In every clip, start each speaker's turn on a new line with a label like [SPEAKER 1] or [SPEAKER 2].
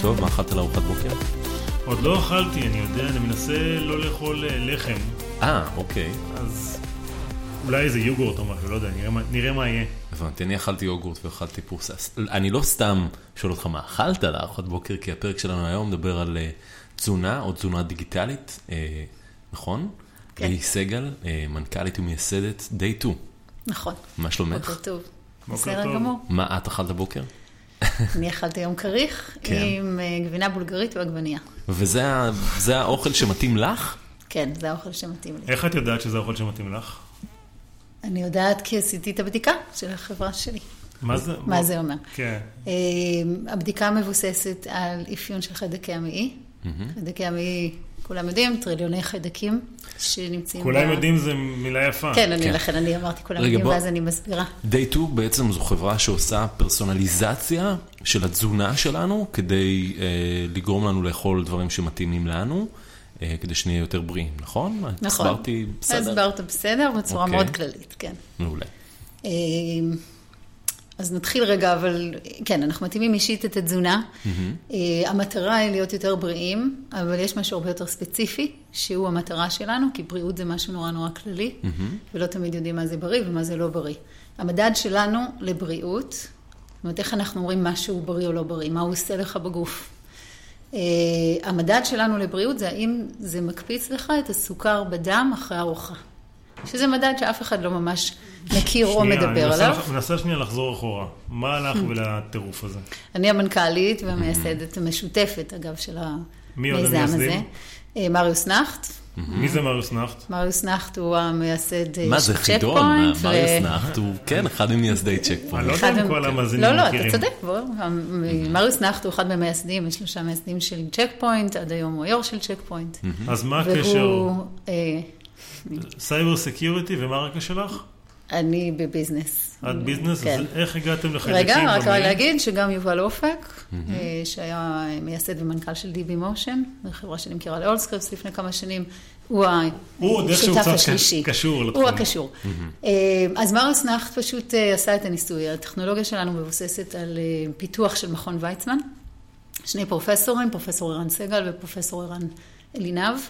[SPEAKER 1] טוב? מה אכלת לארוחת בוקר?
[SPEAKER 2] עוד לא אכלתי, אני יודע, אני מנסה לא לאכול אה, לחם,
[SPEAKER 1] אה, אוקיי.
[SPEAKER 2] אז אולי איזה יוגורט או משהו, לא יודע, נראה מה- נראה מה יהיה.
[SPEAKER 1] הבנתי, אני אכלתי יוגורט ואכלתי פורסה. אני לא סתם שואל אותך מה אכלת לארוחת בוקר, כי הפרק שלנו היום מדבר על אה, תזונה או תזונה דיגיטלית, אה, נכון?
[SPEAKER 3] כן.
[SPEAKER 1] ליהי סגל, אה, מנכ"לית ומייסדת Day 2.
[SPEAKER 3] נכון.
[SPEAKER 1] מה
[SPEAKER 3] בוקר
[SPEAKER 1] שלומך?
[SPEAKER 3] טוב.
[SPEAKER 2] בוקר
[SPEAKER 3] בסדר
[SPEAKER 2] טוב.
[SPEAKER 3] גמור.
[SPEAKER 1] מה את אכלת בבוקר?
[SPEAKER 3] אני אכלתי היום כריך
[SPEAKER 1] כן.
[SPEAKER 3] עם אה, גבינה בולגרית ועגבנייה.
[SPEAKER 1] וזה ה- זה האוכל שמתאים לך?
[SPEAKER 3] כן, זה האוכל שמתאים לי.
[SPEAKER 2] איך את יודעת שזה האוכל שמתאים לך?
[SPEAKER 3] אני יודעת כי עשיתי את הבדיקה של החברה שלי.
[SPEAKER 2] מה זה?
[SPEAKER 3] מה זה אומר?
[SPEAKER 2] כן.
[SPEAKER 3] אה, הבדיקה מבוססת על אפיון של חיידקי המעי. חיידקי המעי, כולם יודעים, טריליוני חיידקים שנמצאים...
[SPEAKER 2] כולם
[SPEAKER 3] ב-
[SPEAKER 2] יודעים זו מילה יפה.
[SPEAKER 3] כן, אני-
[SPEAKER 1] כן.
[SPEAKER 3] לכן אני אמרתי כולם
[SPEAKER 1] רגע,
[SPEAKER 3] יודעים,
[SPEAKER 1] בוא-
[SPEAKER 3] ואז אני מסבירה.
[SPEAKER 1] Day 2 בעצם זו חברה שעושה פרסונליזציה של התזונה שלנו כדי אה, לגרום לנו לאכול דברים שמתאימים לנו, אה, כדי שנהיה יותר בריאים, נכון?
[SPEAKER 3] נכון.
[SPEAKER 1] הסברתי בסדר?
[SPEAKER 3] הסברת בסדר, בצורה
[SPEAKER 1] אוקיי.
[SPEAKER 3] מאוד כללית, כן.
[SPEAKER 1] מעולה.
[SPEAKER 3] אה, אז נתחיל רגע, אבל כן, אנחנו מתאימים אישית את התזונה.
[SPEAKER 2] Mm-hmm.
[SPEAKER 3] אה, המטרה היא להיות יותר בריאים, אבל יש משהו הרבה יותר ספציפי, שהוא המטרה שלנו, כי בריאות זה משהו נורא נורא כללי,
[SPEAKER 2] Mm-hmm.
[SPEAKER 3] ולא תמיד יודעים מה זה בריא ומה זה לא בריא. המדד שלנו לבריאות, זאת אומרת, איך אנחנו אומרים משהו בריא או לא בריא, מה הוא עושה לך בגוף. אה, המדד שלנו לבריאות זה האם זה מקפיץ לך את הסוכר בדם אחרי ארוחה. שזה מדד שאף אחד לא ממש מכיר או
[SPEAKER 2] שנייה, אני
[SPEAKER 3] מדבר
[SPEAKER 2] מנסה
[SPEAKER 3] עליו.
[SPEAKER 2] לח- מנסה שנייה לחזור אחורה. מה הלך ולטירוף הזה?
[SPEAKER 3] אני המנכ"לית והמייסדת המשותפת, אגב, של
[SPEAKER 2] Mm-hmm. מי עוד
[SPEAKER 3] המיזם הזה.
[SPEAKER 2] המייסדים? Mm-hmm.
[SPEAKER 3] אה, מריוס נכט.
[SPEAKER 2] מי זה מריוס נחט?
[SPEAKER 3] מריוס נכט הוא המייסד אה, של
[SPEAKER 1] מה זה
[SPEAKER 3] צ'ק
[SPEAKER 1] חידון? מה-
[SPEAKER 3] פוינט,
[SPEAKER 2] אה,
[SPEAKER 3] ו-
[SPEAKER 1] מריוס נחט הוא, כן, אחד ממייסדי צ'ק
[SPEAKER 2] אני
[SPEAKER 1] פוינט.
[SPEAKER 2] לא
[SPEAKER 3] אחד
[SPEAKER 2] יודע אם
[SPEAKER 3] המ-
[SPEAKER 2] כל
[SPEAKER 3] כן.
[SPEAKER 2] המאזינים
[SPEAKER 3] לא, לא,
[SPEAKER 2] מכירים. Mm-hmm.
[SPEAKER 3] אתה צודק, ברור. המ- מריוס נכט הוא אחד מהמייסדים, יש שלושה מייסדים של צ'ק פוינט, עד היום הוא היו"ר של צ'ק פוינט.
[SPEAKER 2] אז Mm-hmm. מה הקשר?
[SPEAKER 3] והוא, אה,
[SPEAKER 2] סייבר סקיוריטי, ומה הרקע שלך?
[SPEAKER 3] אני בביזנס.
[SPEAKER 2] את ביזנס?
[SPEAKER 3] כן.
[SPEAKER 2] אז איך הגעתם לחיידקים?
[SPEAKER 3] רגע, רק
[SPEAKER 2] במעי?
[SPEAKER 3] להגיד שגם יובל אופק, אה, שהיה מייסד ומנכ"ל של DB מושן, חברה שנמכרה לאולסקריפס לפני כמה שנים, הוא
[SPEAKER 2] הוא עוד איכשהו
[SPEAKER 3] השותף
[SPEAKER 2] קצת
[SPEAKER 3] השלישי.
[SPEAKER 2] קשור לתחום.
[SPEAKER 3] הוא הקשור. אה, אז מריוס נכט פשוט אה, עשה את הניסוי. הטכנולוגיה שלנו מבוססת על אה, פיתוח של מכון ויצמן. שני פרופסורים, פרופסור ערן סגל ופרופסור ערן אלינב,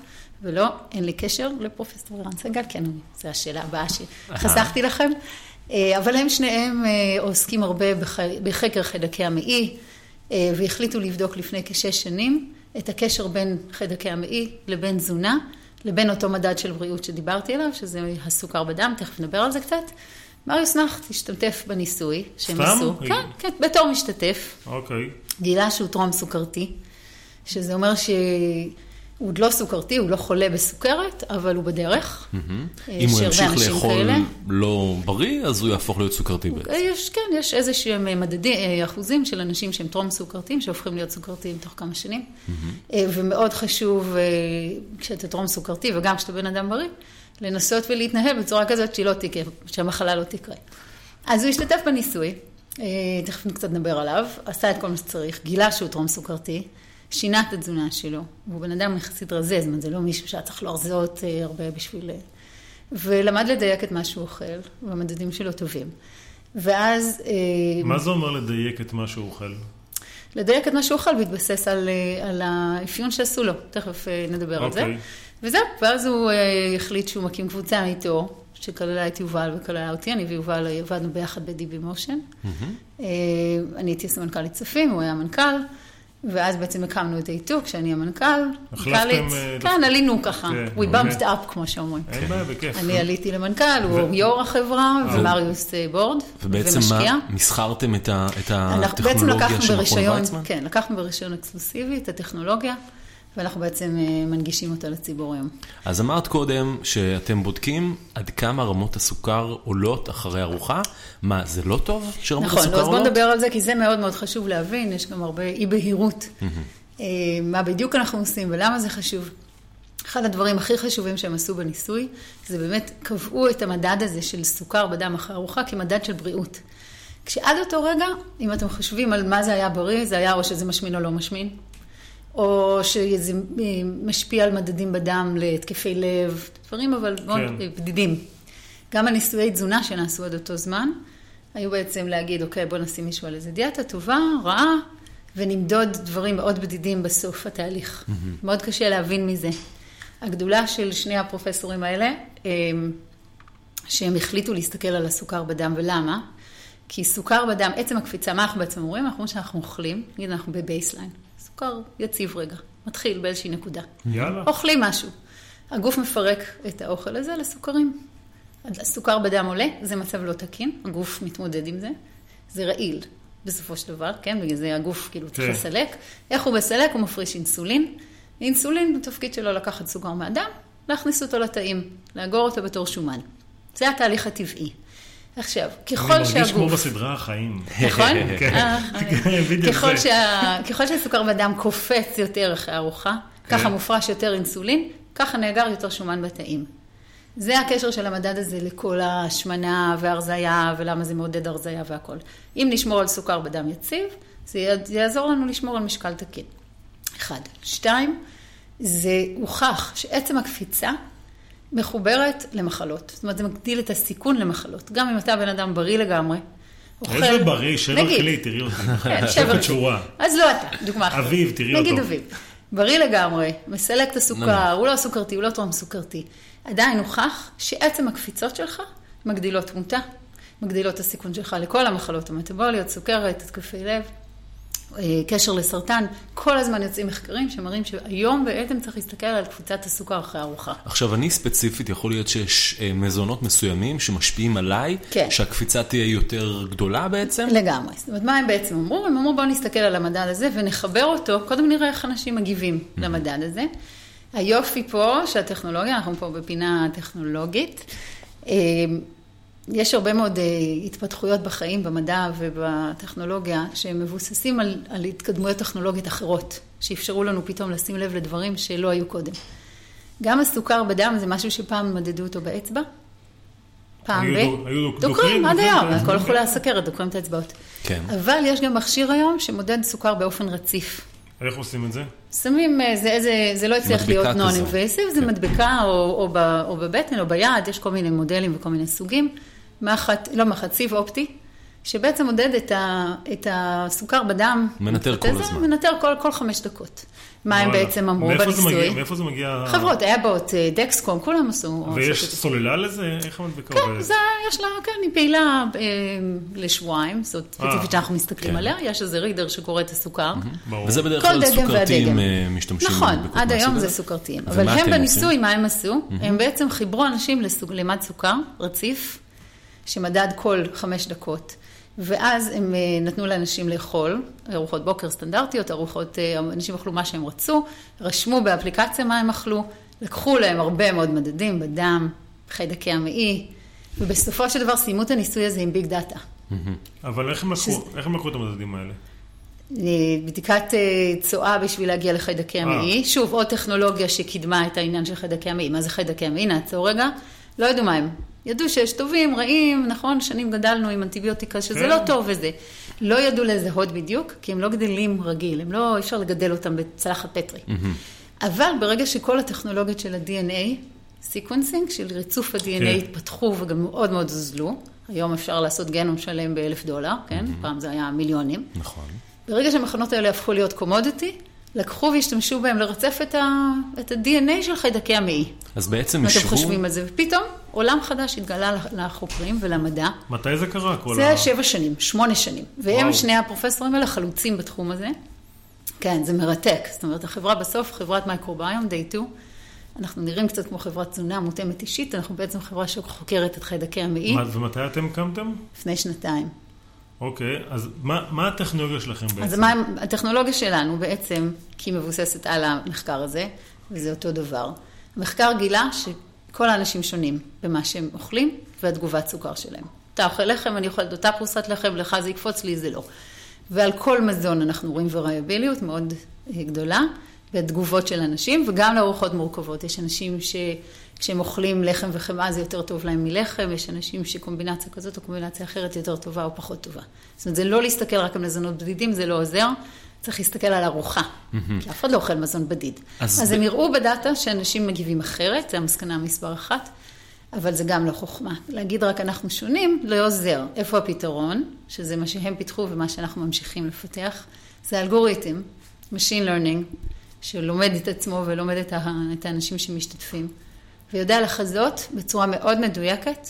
[SPEAKER 3] ולא, אין לי קשר לפרופסור ערן סגל, כן, אני- זו השאלה הבאה שחסכתי לכם. אה, אבל הם שניהם אה, עוסקים הרבה בחי- בחקר חיידקי המעי, אה, והחליטו לבדוק לפני כשש שנים את הקשר בין חיידקי המעי לבין תזונה, לבין אותו מדד של בריאות שדיברתי עליו, שזה הסוכר בדם, תכף נדבר על זה קצת. מריוס נכט השתתף בניסוי שהם
[SPEAKER 2] סתם?
[SPEAKER 3] עשו. כן, כן, בתור משתתף.
[SPEAKER 2] אוקיי.
[SPEAKER 3] גילה שהוא טרום סוכרתי, שזה אומר שהוא עוד לא סוכרתי, הוא לא חולה בסוכרת, אבל הוא בדרך. אה,
[SPEAKER 1] אם הוא ימשיך לאכול לא בריא, אז הוא יהפוך להיות סוכרתי בעצם.
[SPEAKER 3] יש, כן, יש איזה שהם מדדים, אה, אחוזים של אנשים שהם טרום סוכרתיים, שהופכים להיות סוכרתיים תוך כמה שנים. אה, ומאוד חשוב, אה, כשאתה טרום סוכרתי וגם כשאתה בן אדם בריא, לנסות ולהתנהל בצורה כזאת שהיא לא תקרה, שהמחלה לא תקרה. אז הוא השתתף בניסוי, אה, תכף קצת נדבר עליו, עשה את כל מה שצריך, גילה שהוא טרום סוכרתי, שינה את התזונה שלו, והוא בן אדם יחסית רזה, זאת אומרת, זה לא מישהו שהיה צריך להרזות אה, הרבה בשביל... אה, ולמד לדייק את מה שהוא אוכל, והמדדים שלו טובים. ואז... אה,
[SPEAKER 2] מה זה אומר לדייק את מה שהוא אוכל?
[SPEAKER 3] לדייק את מה שהוא אוכל בהתבסס על, אה, על האפיון שעשו לו, תכף אה, נדבר okay. על זה.
[SPEAKER 2] אוקיי.
[SPEAKER 3] וזהו, ואז הוא אה, החליט שהוא מקים קבוצה איתו, שכללה את יובל וכללה אותי, אני ויובל עבדנו ביחד ב-DB מושן. Mm-hmm. אני הייתי סמנכ"לית כספים, הוא היה מנכ"ל, ואז בעצם הקמנו את איתו כשאני המנכ"ל.
[SPEAKER 2] החלפתם,
[SPEAKER 3] מנכ"לית.
[SPEAKER 2] אה,
[SPEAKER 3] כן, עלינו ככה,
[SPEAKER 2] כן,
[SPEAKER 3] we bumped
[SPEAKER 2] אוקיי.
[SPEAKER 3] up כמו שאומרים.
[SPEAKER 2] אין בעיה, בכיף.
[SPEAKER 3] אני עליתי למנכ"ל, הוא יו"ר החברה, ומריוס אה, בורד,
[SPEAKER 1] ובעצם
[SPEAKER 3] ומשקיע.
[SPEAKER 1] מה, מסחרתם את ה- את
[SPEAKER 3] אנחנו בעצם
[SPEAKER 1] הטכנולוגיה
[SPEAKER 3] לקחנו
[SPEAKER 1] של מכון
[SPEAKER 3] ברישיון,
[SPEAKER 1] ויצמן?
[SPEAKER 3] כן, לקחנו ברישיון אקסקלוסיבי את הטכנולוגיה, ואנחנו בעצם אה, מנגישים אותה לציבור היום.
[SPEAKER 1] אז אמרת קודם שאתם בודקים עד כמה רמות הסוכר עולות אחרי ארוחה. מה, זה לא טוב שרמות
[SPEAKER 3] נכון,
[SPEAKER 1] הסוכר
[SPEAKER 3] אז בואו
[SPEAKER 1] עולות?
[SPEAKER 3] נדבר על זה, כי זה מאוד מאוד חשוב להבין, יש גם הרבה אי-בהירות. אה, מה בדיוק אנחנו עושים ולמה זה חשוב. אחד הדברים הכי חשובים שהם עשו בניסוי, זה באמת קבעו את המדד הזה של סוכר בדם אחרי ארוחה כמדד של בריאות. כשעד אותו רגע, אם אתם חושבים על מה זה היה בריא, זה היה או שזה משמין או לא משמין, או שזה אה, משפיע על מדדים בדם להתקפי לב, דברים אבל מאוד
[SPEAKER 2] כן.
[SPEAKER 3] אה, בדידים. גם הניסויי תזונה שנעשו עד אותו זמן, היו בעצם להגיד, אוקיי, בוא נשים מישהו על איזה דיאטה טובה, רעה, ונמדוד דברים מאוד בדידים בסוף התהליך. מאוד קשה להבין מזה. הגדולה של שני הפרופסורים האלה, אמ, שהם החליטו להסתכל על הסוכר בדם, ולמה? כי סוכר בדם, עצם הקפיצה, מה אנחנו בעצם אומרים? אנחנו אומרים שאנחנו אוכלים, נגיד אנחנו בבייסליין. סוכר יציב רגע, מתחיל באיזושהי נקודה.
[SPEAKER 2] יאללה.
[SPEAKER 3] אוכלים משהו. הגוף מפרק את האוכל הזה לסוכרים. הסוכר בדם עולה, זה מצב לא תקין, הגוף מתמודד עם זה, זה רעיל בסופו של דבר, כן? בגלל זה הגוף כאילו צריך
[SPEAKER 2] כן.
[SPEAKER 3] לסלק. איך הוא מסלק? הוא מפריש אינסולין. אינסולין, התפקיד שלו לקחת סוכר מהדם, להכניס אותו לתאים, לאגור אותו בתור שומן. זה התהליך הטבעי. עכשיו,
[SPEAKER 2] אני
[SPEAKER 3] ככל
[SPEAKER 2] מרגיש כמו
[SPEAKER 3] שהגוף...
[SPEAKER 2] בסדרה החיים.
[SPEAKER 3] נכון?
[SPEAKER 2] כן.
[SPEAKER 3] אה,
[SPEAKER 2] כן, בדיוק
[SPEAKER 3] ככל
[SPEAKER 2] זה.
[SPEAKER 3] שה- ככל שהסוכר בדם קופץ יותר אחרי ארוחה,
[SPEAKER 2] כן.
[SPEAKER 3] ככה מופרש יותר אינסולין, ככה נאגר יותר שומן בתאים. זה הקשר של המדד הזה לכל ההשמנה וההרזייה, ולמה זה מעודד הרזייה והכל. אם נשמור על סוכר בדם יציב, זה יע- יעזור לנו לשמור על משקל תקין. אחד. שתיים, זה הוכח שעצם הקפיצה מחוברת למחלות. זאת אומרת, זה מגדיל את הסיכון למחלות. גם אם אתה בן אדם בריא לגמרי, אוכל...
[SPEAKER 2] איזה בריא, שלא
[SPEAKER 3] נגיד,
[SPEAKER 2] כלי, תראי אותי.
[SPEAKER 3] כן, שבר
[SPEAKER 2] את שורה.
[SPEAKER 3] אז לא אתה, דוגמה אחרת.
[SPEAKER 2] אביב, תראי
[SPEAKER 3] נגיד
[SPEAKER 2] אותו. Mm.
[SPEAKER 3] אביב. בריא לגמרי, מסלק את הסוכר, הוא לא סוכרתי, הוא לא טרום סוכרתי. עדיין הוכח שעצם הקפיצות שלך מגדילות תמותה, מגדילות את הסיכון שלך לכל המחלות המטבוליות, סוכרת, התקפי לב, אה, קשר לסרטן. כל הזמן יוצאים מחקרים שמראים שהיום בעצם צריך להסתכל על קפיצת הסוכר אחרי ארוחה.
[SPEAKER 1] עכשיו, אני ספציפית, יכול להיות שיש אה, מזונות מסוימים שמשפיעים עליי,
[SPEAKER 3] כן.
[SPEAKER 1] שהקפיצה תהיה יותר גדולה בעצם.
[SPEAKER 3] לגמרי. זאת אומרת, מה הם בעצם אמרו? הם אמרו, בואו נסתכל על המדד הזה ונחבר אותו, קודם נראה איך אנשים מגיבים
[SPEAKER 2] Mm-hmm.
[SPEAKER 3] למדד הזה. היופי פה שהטכנולוגיה, אנחנו פה בפינה טכנולוגית. אה, יש הרבה מאוד אה, התפתחויות בחיים, במדע ובטכנולוגיה, שמבוססים על, על התקדמויות טכנולוגית אחרות, שאפשרו לנו פתאום לשים לב לדברים שלא היו קודם. גם הסוכר בדם זה משהו שפעם מדדו אותו באצבע. פעם ב...
[SPEAKER 2] היו דו- היו דוקרים,
[SPEAKER 3] דוקרים, עד
[SPEAKER 2] דוקרים,
[SPEAKER 3] היום,
[SPEAKER 2] כן.
[SPEAKER 3] כל חולי הסכרת לא דוקרים את האצבעות.
[SPEAKER 1] כן.
[SPEAKER 3] אבל יש גם מכשיר היום שמודד סוכר באופן רציף.
[SPEAKER 2] איך עושים את זה?
[SPEAKER 3] שמים, אה, זה, זה, זה לא הצליח
[SPEAKER 1] מדבקה
[SPEAKER 3] להיות
[SPEAKER 1] כזו.
[SPEAKER 3] נון-אינבייסיב, זה
[SPEAKER 1] כן.
[SPEAKER 3] מדבקה או, או, ב, או בבטן או ביד, יש כל מיני מודלים וכל מיני סוגים. מחט, לא מחט, סיב אופטי, שבעצם מודד את, ה, את הסוכר בדם.
[SPEAKER 1] מנטר כל
[SPEAKER 3] זה,
[SPEAKER 1] הזמן.
[SPEAKER 3] מנטר כל, כל חמש דקות. מה הם
[SPEAKER 2] וואלה.
[SPEAKER 3] בעצם אמרו
[SPEAKER 2] מאיפה זה מגיע-
[SPEAKER 3] בניסוי.
[SPEAKER 2] מאיפה זה מגיע?
[SPEAKER 3] חברות, אבוט, אה, דקסקום, כולם עשו.
[SPEAKER 2] ויש
[SPEAKER 3] עשו את זה.
[SPEAKER 2] סוללה לזה? איך המדבקה
[SPEAKER 3] כן,
[SPEAKER 2] עובדת?
[SPEAKER 3] זה, יש לה, כן, היא פעילה אה, לשבועיים, זאת
[SPEAKER 2] אה,
[SPEAKER 3] ספציפית שאנחנו מסתכלים
[SPEAKER 1] כן.
[SPEAKER 3] עליה, יש איזה רידר שקורא את הסוכר.
[SPEAKER 2] ברור.
[SPEAKER 1] וזה בדרך
[SPEAKER 3] כל
[SPEAKER 1] כלל
[SPEAKER 3] דגם
[SPEAKER 1] סוכרתיים
[SPEAKER 3] והדגם.
[SPEAKER 1] אה, משתמשים.
[SPEAKER 3] נכון,
[SPEAKER 1] בדקות
[SPEAKER 3] עד
[SPEAKER 1] מהסוג
[SPEAKER 3] היום
[SPEAKER 1] הזה.
[SPEAKER 3] זה סוכרתיים.
[SPEAKER 1] ומה
[SPEAKER 3] אבל
[SPEAKER 1] אתם
[SPEAKER 3] הם
[SPEAKER 1] עושים?
[SPEAKER 3] בניסוי, מה הם עשו? הם בעצם חיברו אנשים לסוג- למד סוכר רציף, שמדד כל חמש דקות. ואז הם אה, נתנו לאנשים לאכול, ארוחות בוקר סטנדרטיות, ארוחות, אה, אנשים אכלו מה שהם רצו, רשמו באפליקציה מה הם אכלו, לקחו להם הרבה מאוד מדדים בדם, חיידקי המעי, ובסופו של דבר סיימו את הניסוי הזה עם ביג דאטה.
[SPEAKER 2] אבל איך הם לקחו-
[SPEAKER 3] שזה-
[SPEAKER 2] איך הם לקחו את המדדים האלה?
[SPEAKER 3] אה, בדיקת אה, צואה בשביל להגיע
[SPEAKER 2] אה.
[SPEAKER 3] לחיידקי המעי. שוב, עוד טכנולוגיה שקידמה את העניין של חיידקי המעי. מה זה חיידקי המעי? נעצור רגע. לא ידעו מה הם. ידעו שיש טובים, רעים, נכון, שנים גדלנו עם אנטיביוטיקה, שזה
[SPEAKER 2] כן.
[SPEAKER 3] לא טוב וזה. לא ידעו לזהות בדיוק, כי הם לא גדלים רגיל, הם לא, אי אפשר לגדל אותם בצלחת פטרי. אבל ברגע שכל הטכנולוגיות של ה-DNA, סיקוונסינג, של ריצוף ה-DNA,
[SPEAKER 2] כן.
[SPEAKER 3] התפתחו וגם מאוד מאוד זוזלו, היום אפשר לעשות גנום שלם באלף דולר, כן? פעם זה היה מיליונים.
[SPEAKER 1] נכון.
[SPEAKER 3] ברגע שהמכונות האלה הפכו להיות קומודיטי, לקחו והשתמשו בהם לרצף את, ה, את ה-DNA של חיידקי המעי.
[SPEAKER 1] אז בעצם
[SPEAKER 3] מה אתם
[SPEAKER 1] ישבו...
[SPEAKER 3] חושבים על זה? ופתאום עולם חדש התגלה לח- לחוקרים ולמדע.
[SPEAKER 2] מתי זה קרה? כל
[SPEAKER 3] זה
[SPEAKER 2] ה-
[SPEAKER 3] היה שבע שנים, שמונה שנים. והם
[SPEAKER 2] וואו.
[SPEAKER 3] שני הפרופסורים האלה חלוצים בתחום הזה. כן, זה מרתק. זאת אומרת, החברה בסוף, חברת מייקרוביום, די טו, אנחנו נראים קצת כמו חברת תזונה מותאמת אישית, אנחנו בעצם חברה שחוקרת את חיידקי המעי
[SPEAKER 2] מה- ומתי אתם קמתם?
[SPEAKER 3] לפני שנתיים.
[SPEAKER 2] אוקיי, אז מה מה הטכנולוגיה שלכם בעצם?
[SPEAKER 3] אז מה, הטכנולוגיה שלנו בעצם, כי היא מבוססת על המחקר הזה, וזה אותו דבר. המחקר גילה שכל האנשים שונים במה שהם אוכלים והתגובת סוכר שלהם. אתה אוכל לחם, אני אוכלת אותה פרוסת לחם, לך זה יקפוץ, לי זה לא. ועל כל מזון אנחנו רואים וריאביליות מאוד אה, גדולה, בתגובות של אנשים, וגם לארוחות מורכבות. יש אנשים שכשהם אוכלים לחם וחמאה זה יותר טוב להם מלחם, יש אנשים שקומבינציה כזאת או קומבינציה אחרת יותר טובה או פחות טובה. זאת אומרת, זה לא להסתכל רק על מזונות בדידים, זה לא עוזר, צריך להסתכל על ארוחה, כי אף אחד לא אוכל מזון בדיד.
[SPEAKER 1] אז
[SPEAKER 3] אז,
[SPEAKER 1] ב-
[SPEAKER 3] אז הם יראו בדאטה שאנשים מגיבים אחרת, זו המסקנה מספר אחת. אבל זה גם לא חוכמה. להגיד רק אנחנו שונים לא עוזר. איפה הפתרון? שזה מה שהם פיתחו ומה שאנחנו ממשיכים לפתח. זה אלגוריתם, Machine Learning, שלומד את עצמו ולומד את, ה... את האנשים שמשתתפים, ויודע לחזות בצורה מאוד מדויקת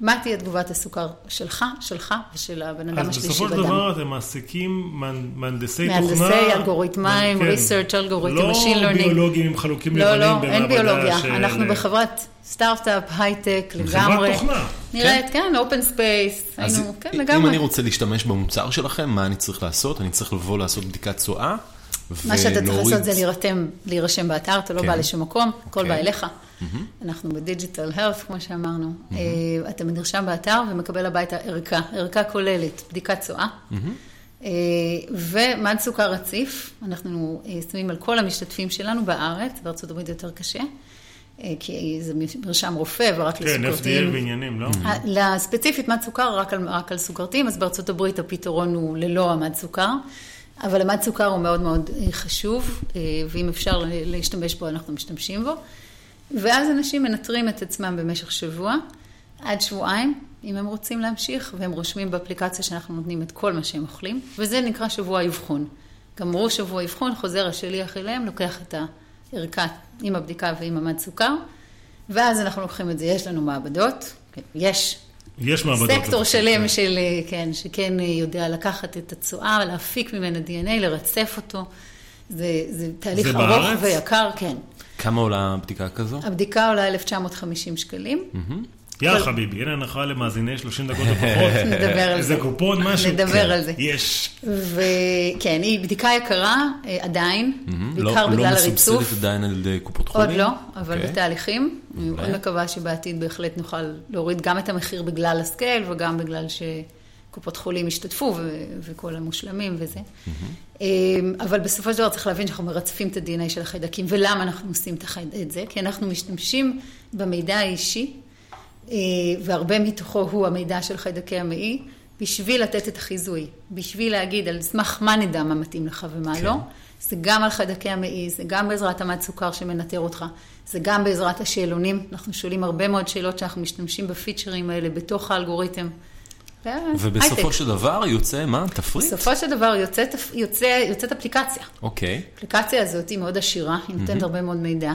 [SPEAKER 3] מה תהיה תגובת הסוכר שלך, שלך ושל הבן אדם
[SPEAKER 2] אז
[SPEAKER 3] השלישי
[SPEAKER 2] בסופו
[SPEAKER 3] בדם.
[SPEAKER 2] של דבר אתם מעסיקים מהנ- מהנדסי תוכנה.
[SPEAKER 3] מהנדסי אלגוריתמיים,
[SPEAKER 2] כן.
[SPEAKER 3] research אלגוריתם, machine
[SPEAKER 2] לא
[SPEAKER 3] learning.
[SPEAKER 2] ביולוגים עם חלוקים
[SPEAKER 3] לא,
[SPEAKER 2] לבנים
[SPEAKER 3] לא,
[SPEAKER 2] במעבדה
[SPEAKER 3] אין ביולוגיה.
[SPEAKER 2] של- אה,
[SPEAKER 3] אנחנו בחברת סטארט-אפ, הייטק,
[SPEAKER 2] חברת
[SPEAKER 3] לגמרי.
[SPEAKER 2] תוכנה.
[SPEAKER 3] נראית, כן, אופן ספייס,
[SPEAKER 1] אז
[SPEAKER 3] היינו, כן,
[SPEAKER 1] אם אני
[SPEAKER 3] לגמרי.
[SPEAKER 1] רוצה להשתמש במוצר שלכם, מה אני צריך לעשות? אני צריך לבוא לעשות בדיקת צואה.
[SPEAKER 3] מה שאתה צריך
[SPEAKER 1] ולהוריד-
[SPEAKER 3] לעשות זה להירתם, להירשם באתר, אתה לא
[SPEAKER 1] כן.
[SPEAKER 3] בא לשום מקום, הכל בא
[SPEAKER 1] אוקיי.
[SPEAKER 3] אליך. אנחנו בדיג'יטל הרף, כמו שאמרנו.
[SPEAKER 1] Mm-hmm.
[SPEAKER 3] אה, אתה נרשם באתר ומקבל הביתה ערכה. ערכה כוללת בדיקת צואה.
[SPEAKER 1] Mm-hmm.
[SPEAKER 3] אה, ומד סוכר רציף, אנחנו אה, שמים על כל המשתתפים שלנו בארץ, בארצות הברית יותר קשה, אה, כי זה מרשם רופא ורק
[SPEAKER 2] כן,
[SPEAKER 3] לסוכרתיים.
[SPEAKER 2] FDL בעניינים, לא?
[SPEAKER 3] ה- ספציפית מד סוכר, רק על, רק על סוכרתיים, אז בארצות הברית הפתרון הוא ללא המד סוכר, אבל המד סוכר הוא מאוד מאוד אה, חשוב, אה, ואם אפשר ל- להשתמש בו, אנחנו משתמשים בו. ואז אנשים מנטרים את עצמם במשך שבוע, עד שבועיים, אם הם רוצים להמשיך, והם רושמים באפליקציה שאנחנו נותנים את כל מה שהם אוכלים, וזה נקרא שבוע אבחון. גמרו שבוע אבחון, חוזר השליח אליהם, לוקח את הערכה עם הבדיקה ועם המד סוכר, ואז אנחנו לוקחים את זה, יש לנו מעבדות, כן, יש.
[SPEAKER 2] יש מעבדות.
[SPEAKER 3] סקטור
[SPEAKER 2] לפחות.
[SPEAKER 3] שלם של, אה, כן, שכן אה, יודע לקחת את הצואה, להפיק ממנה DNA, לרצף אותו. זה, זה תהליך
[SPEAKER 2] זה
[SPEAKER 3] ארוך
[SPEAKER 2] בארץ?
[SPEAKER 3] ויקר, כן.
[SPEAKER 1] כמה עולה בדיקה כזו?
[SPEAKER 3] הבדיקה עולה 1,950 שקלים.
[SPEAKER 2] יא
[SPEAKER 3] אבל-
[SPEAKER 2] חביבי, הנה הנחה למאזיני 30 דקות לפחות.
[SPEAKER 3] נדבר על
[SPEAKER 2] איזה
[SPEAKER 3] זה.
[SPEAKER 2] קופון, משהו.
[SPEAKER 3] נדבר
[SPEAKER 2] כן.
[SPEAKER 3] על זה.
[SPEAKER 2] יש.
[SPEAKER 3] וכן, כן, היא בדיקה יקרה אה, עדיין,
[SPEAKER 1] לא,
[SPEAKER 3] בעיקר
[SPEAKER 1] לא
[SPEAKER 3] בגלל
[SPEAKER 1] מסובסדת
[SPEAKER 3] הריצוף.
[SPEAKER 1] עדיין על ידי קופות
[SPEAKER 3] עוד
[SPEAKER 1] חולים?
[SPEAKER 3] לא, אבל
[SPEAKER 1] אוקיי.
[SPEAKER 3] בתהליכים. אני
[SPEAKER 1] מעולה.
[SPEAKER 3] מאוד מקווה שבעתיד בהחלט נוכל להוריד גם את המחיר בגלל הסקייל וגם בגלל שקופות חולים השתתפו ו- וכל המושלמים וזה. אה, אבל בסופו של דבר צריך להבין שאנחנו מרצפים את ה-DNA של החיידקים, ולמה אנחנו עושים את החי- את זה? כי אנחנו משתמשים במידע האישי, אה, והרבה מתוכו הוא המידע של חיידקי המעי, בשביל לתת את החיזוי, בשביל להגיד על סמך מה נדע מה מתאים לך ומה
[SPEAKER 1] כן.
[SPEAKER 3] לא. זה גם על חיידקי המעי, זה גם בעזרת המד סוכר שמנטר אותך, זה גם בעזרת השאלונים. אנחנו שואלים הרבה מאוד שאלות שאנחנו משתמשים בפיצ'רים האלה בתוך האלגוריתם.
[SPEAKER 1] ובסופו
[SPEAKER 3] הייטק.
[SPEAKER 1] של דבר יוצא מה? תפריט?
[SPEAKER 3] בסופו של דבר יוצאת, יוצא, יוצאת אפליקציה.
[SPEAKER 1] אוקיי.
[SPEAKER 3] האפליקציה הזאת היא מאוד עשירה, היא נותנת הרבה מאוד מידע,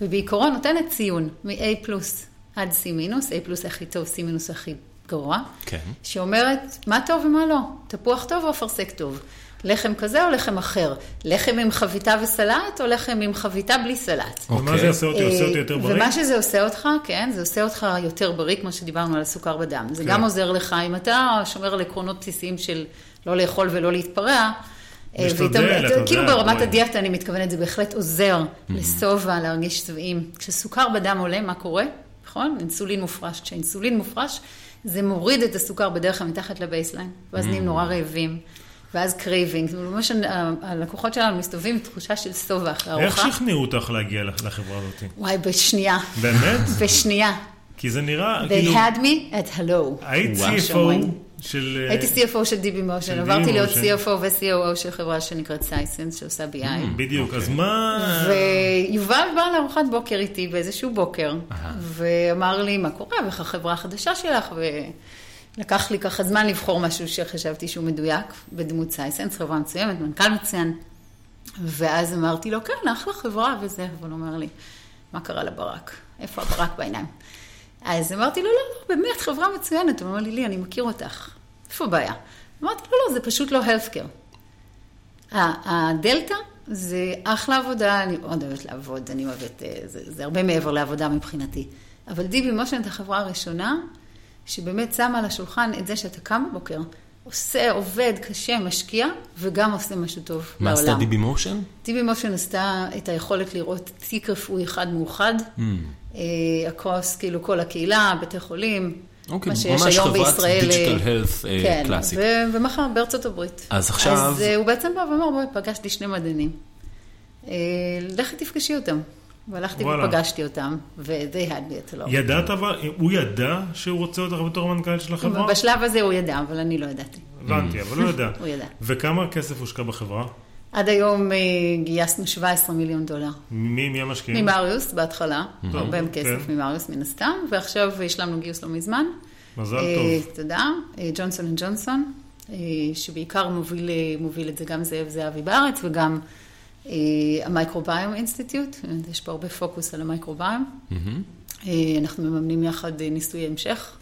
[SPEAKER 3] ובעיקרון נותנת ציון מ-A פלוס עד C מינוס, A פלוס הכי טוב, C מינוס הכי גרוע,
[SPEAKER 1] כן.
[SPEAKER 3] שאומרת מה טוב ומה לא, תפוח טוב או אפרסק טוב, לחם כזה או לחם אחר, לחם עם חביתה וסלט או לחם עם חביתה בלי סלט.
[SPEAKER 2] ומה
[SPEAKER 1] אוקיי.
[SPEAKER 2] זה יעשה אותי? עושה אותי יותר בריא?
[SPEAKER 3] אה, ומה שזה עושה אותך, כן, זה עושה אותך יותר בריא, כמו שדיברנו על הסוכר בדם. זה
[SPEAKER 2] כן.
[SPEAKER 3] גם עוזר לך, אם אתה שומר על עקרונות בסיסיים של לא לאכול ולא להתפרע, אה,
[SPEAKER 2] להשתדל,
[SPEAKER 3] ואתה-
[SPEAKER 2] אתה
[SPEAKER 3] כאילו
[SPEAKER 2] יודע, Mhm.
[SPEAKER 3] ברמת
[SPEAKER 2] אוי.
[SPEAKER 3] הדיאטה אני מתכוונת, זה בהחלט עוזר לשובע, להרגיש שבעים. כשסוכר בדם עולה, מה קורה? נכון? אינסולין מופרש. כשהאינסולין מופרש, זה מוריד את הסוכר בדרך כלל מתחת לבייסליין, ואז
[SPEAKER 2] Mhm.
[SPEAKER 3] נהיים נורא רעבים. ואז קרייבינג, ממש ה- הלקוחות שלנו מסתובבים עם תחושה של שובע אחרי
[SPEAKER 2] איך
[SPEAKER 3] ארוחה.
[SPEAKER 2] שכנעו אותך להגיע לח- לחברה הזאת?
[SPEAKER 3] וואי, בשנייה.
[SPEAKER 2] באמת?
[SPEAKER 3] בשנייה.
[SPEAKER 2] כי זה נראה,
[SPEAKER 3] They
[SPEAKER 2] כאילו,
[SPEAKER 3] had me at hello.
[SPEAKER 2] היית
[SPEAKER 1] וואו.
[SPEAKER 2] CFO
[SPEAKER 3] שאומרים.
[SPEAKER 2] של... אה,
[SPEAKER 3] הייתי CFו של DB מושן,
[SPEAKER 2] של
[SPEAKER 3] עברתי
[SPEAKER 2] DB
[SPEAKER 3] להיות
[SPEAKER 2] Motion.
[SPEAKER 3] CFO ו-COO של חברה שנקראת סייסנס, שעושה BI.
[SPEAKER 2] בדיוק, אז מה...
[SPEAKER 3] ויובל בא לארוחת בוקר איתי באיזשהו בוקר, ואמר לי, מה קורה, ואיך החברה החדשה שלך, ולקח לי ככה זמן לבחור משהו שחשבתי שהוא מדויק, בדמות סייסנס, חברה מצוינת, מנכ"ל מצוין. ואז אמרתי לו, כן, אחלה חברה וזה, אבל הוא אומר לי, מה קרה לברק? איפה הברק בעיניים? אז אמרתי לו, לא, לא, באמת, חברה מצוינת. הוא אמר לי, לי, אני מכיר אותך, איפה הבעיה? אמרתי לו, לא, זה פשוט לא הלפקר. הדלתא זה אחלה עבודה, אני מאוד אוהבת לעבוד, אני אוהבת, אה, זה, זה הרבה מעבר לעבודה מבחינתי. אבל דיבי מושן את החברה הראשונה, שבאמת שמה על השולחן את זה שאתה קם בבוקר, עושה, עובד, קשה, משקיע, וגם עושה משהו טוב
[SPEAKER 1] מה
[SPEAKER 3] לעולם.
[SPEAKER 1] עשתה דיבי מושן?
[SPEAKER 3] טיבי מושן עשתה את היכולת לראות תיק רפואי אחד מאוחד,
[SPEAKER 1] Mm.
[SPEAKER 3] הקרוס כאילו כל הקהילה, בתי חולים,
[SPEAKER 1] אוקיי,
[SPEAKER 3] מה שיש
[SPEAKER 1] ממש
[SPEAKER 3] היום
[SPEAKER 1] חברת
[SPEAKER 3] בישראל.
[SPEAKER 1] digital health, אה,
[SPEAKER 3] כן,
[SPEAKER 1] קלאסית.
[SPEAKER 3] ו- ומחר בארצות הברית.
[SPEAKER 1] אז עכשיו-
[SPEAKER 3] אז אה, הוא בעצם בא ואמר, בואי, פגשתי שני מדענים. אה, לכי תפגשי אותם. והלכתי
[SPEAKER 2] וואלה.
[SPEAKER 3] ופגשתי אותם, ו-they had me at law.
[SPEAKER 2] ידעת אבל, הוא ידע שהוא רוצה אותך בתור מנכ"ל של החברה?
[SPEAKER 3] בשלב הזה הוא ידע, אבל אני לא ידעתי.
[SPEAKER 2] הבנתי, אבל הוא ידע.
[SPEAKER 3] הוא ידע.
[SPEAKER 2] וכמה כסף הושקע בחברה?
[SPEAKER 3] עד היום אה, גייסנו 17 מיליון דולר.
[SPEAKER 2] מי מי המשקיעים?
[SPEAKER 3] ממריוס בהתחלה,
[SPEAKER 2] כן. טוב,
[SPEAKER 3] הרבה כסף
[SPEAKER 2] כן.
[SPEAKER 3] ממריוס מן הסתם, ועכשיו השלמנו גיוס לא מזמן.
[SPEAKER 2] מזל
[SPEAKER 3] אה,
[SPEAKER 2] טוב.
[SPEAKER 3] תודה. אה, ג'ונסון אנד ג'ונסון, אה, שבעיקר מוביל, אה, מוביל את זה גם זאב זהבי בארץ וגם אה, המייקרוביום אינסטיטוט, יש פה הרבה פוקוס על המייקרוביום.
[SPEAKER 1] מהמם.
[SPEAKER 3] אה, אנחנו מממנים יחד אה, ניסויי המשך.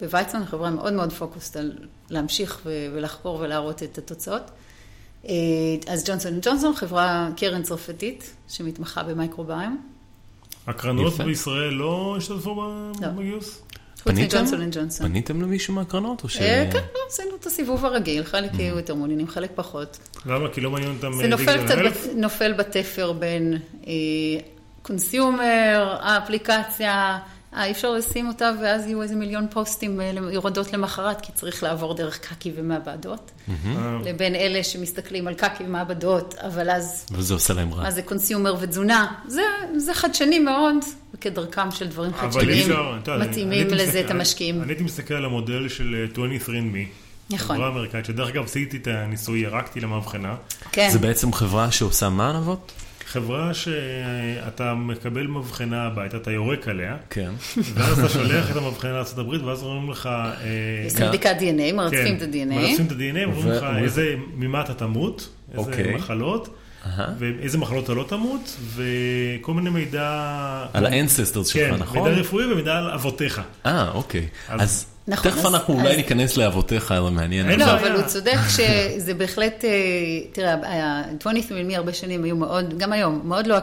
[SPEAKER 3] בוויצמן החברה מאוד מאוד פוקוסת על להמשיך ו- ולחקור ולהראות את התוצאות. אה, אז ג'ונסון אנד ג'ונסון, חברה קרן צרפתית שמתמחה במייקרוביום.
[SPEAKER 2] הקרנות
[SPEAKER 1] יפה.
[SPEAKER 2] בישראל לא השתתפו ב-
[SPEAKER 3] לא.
[SPEAKER 2] בגיוס?
[SPEAKER 3] חוץ
[SPEAKER 1] פניתם?
[SPEAKER 3] מג'ונסון אנד ג'ונסון.
[SPEAKER 1] פניתם למישהו מהקרנות או ש...
[SPEAKER 3] אה, כן, לא, עשינו את הסיבוב הרגיל, חלק יהיו יותר מעוניינים, חלק פחות.
[SPEAKER 2] למה? כי לא מעניין אותם
[SPEAKER 3] זה
[SPEAKER 2] אה,
[SPEAKER 3] נופל
[SPEAKER 2] דיגיטל
[SPEAKER 3] קצת,
[SPEAKER 2] אלף?
[SPEAKER 3] בת- נופל בתפר בין קונסיומר, האפליקציה, אה, אי אפשר לשים אותה, ואז יהיו איזה מיליון פוסטים אה, יורדות למחרת, כי צריך לעבור דרך קקי ומעבדות,
[SPEAKER 2] אה,
[SPEAKER 3] לבין אלה שמסתכלים על קקי ומעבדות, אבל אז,
[SPEAKER 1] אבל זה עושה להם רע.
[SPEAKER 3] מה זה קונסיומר ותזונה? זה, זה חדשני מאוד, וכדרכם של דברים
[SPEAKER 2] אבל אי
[SPEAKER 3] חדשניים,
[SPEAKER 2] אפשר, אתה יודע,
[SPEAKER 3] מתאימים
[SPEAKER 2] אני הייתי
[SPEAKER 3] לזה את
[SPEAKER 2] מסתכל-
[SPEAKER 3] המשקיעים.
[SPEAKER 2] אני הייתי מסתכל על המודל של אה, 23andMe.
[SPEAKER 3] נכון.
[SPEAKER 2] חברה אמריקאית, שדרך אגב עשיתי את הניסוי, ירקתי למבחנה.
[SPEAKER 3] כן,
[SPEAKER 1] זה בעצם חברה שעושה מה נבות?
[SPEAKER 2] חברה שאתה מקבל מבחנה הביתה, אתה יורק עליה,
[SPEAKER 1] כן.
[SPEAKER 2] ואז אתה שולח את המבחנה לארה"ב, ואז אומרים לך... אה,
[SPEAKER 3] עושים בדיקת DNA,
[SPEAKER 2] כן,
[SPEAKER 3] מרצפים את ה-DNA.
[SPEAKER 2] מרצפים את ה-DNA, אומרים לך
[SPEAKER 1] ואומרים-
[SPEAKER 2] איזה, ממה אתה תמות, איזה
[SPEAKER 1] אוקיי.
[SPEAKER 2] מחלות, ואיזה מחלות אתה לא תמות, וכל מיני מידע...
[SPEAKER 1] על האנססטרס
[SPEAKER 2] כן,
[SPEAKER 1] שלך, אה, נכון?
[SPEAKER 2] מידע רפואי ומידע על אבותיך.
[SPEAKER 1] אה, אוקיי.
[SPEAKER 2] אז-
[SPEAKER 1] אז
[SPEAKER 3] נכון,
[SPEAKER 1] תכף
[SPEAKER 3] אז-
[SPEAKER 1] אנחנו אולי
[SPEAKER 3] אז-
[SPEAKER 1] ניכנס לאבותיך, זה מעניין.
[SPEAKER 2] אין
[SPEAKER 1] אבל-
[SPEAKER 3] לא,
[SPEAKER 2] בעיה.
[SPEAKER 3] אבל הוא צודק שזה בהחלט, אה, תראה, ה-23 הרבה שנים היו מאוד, גם היום, מאוד לא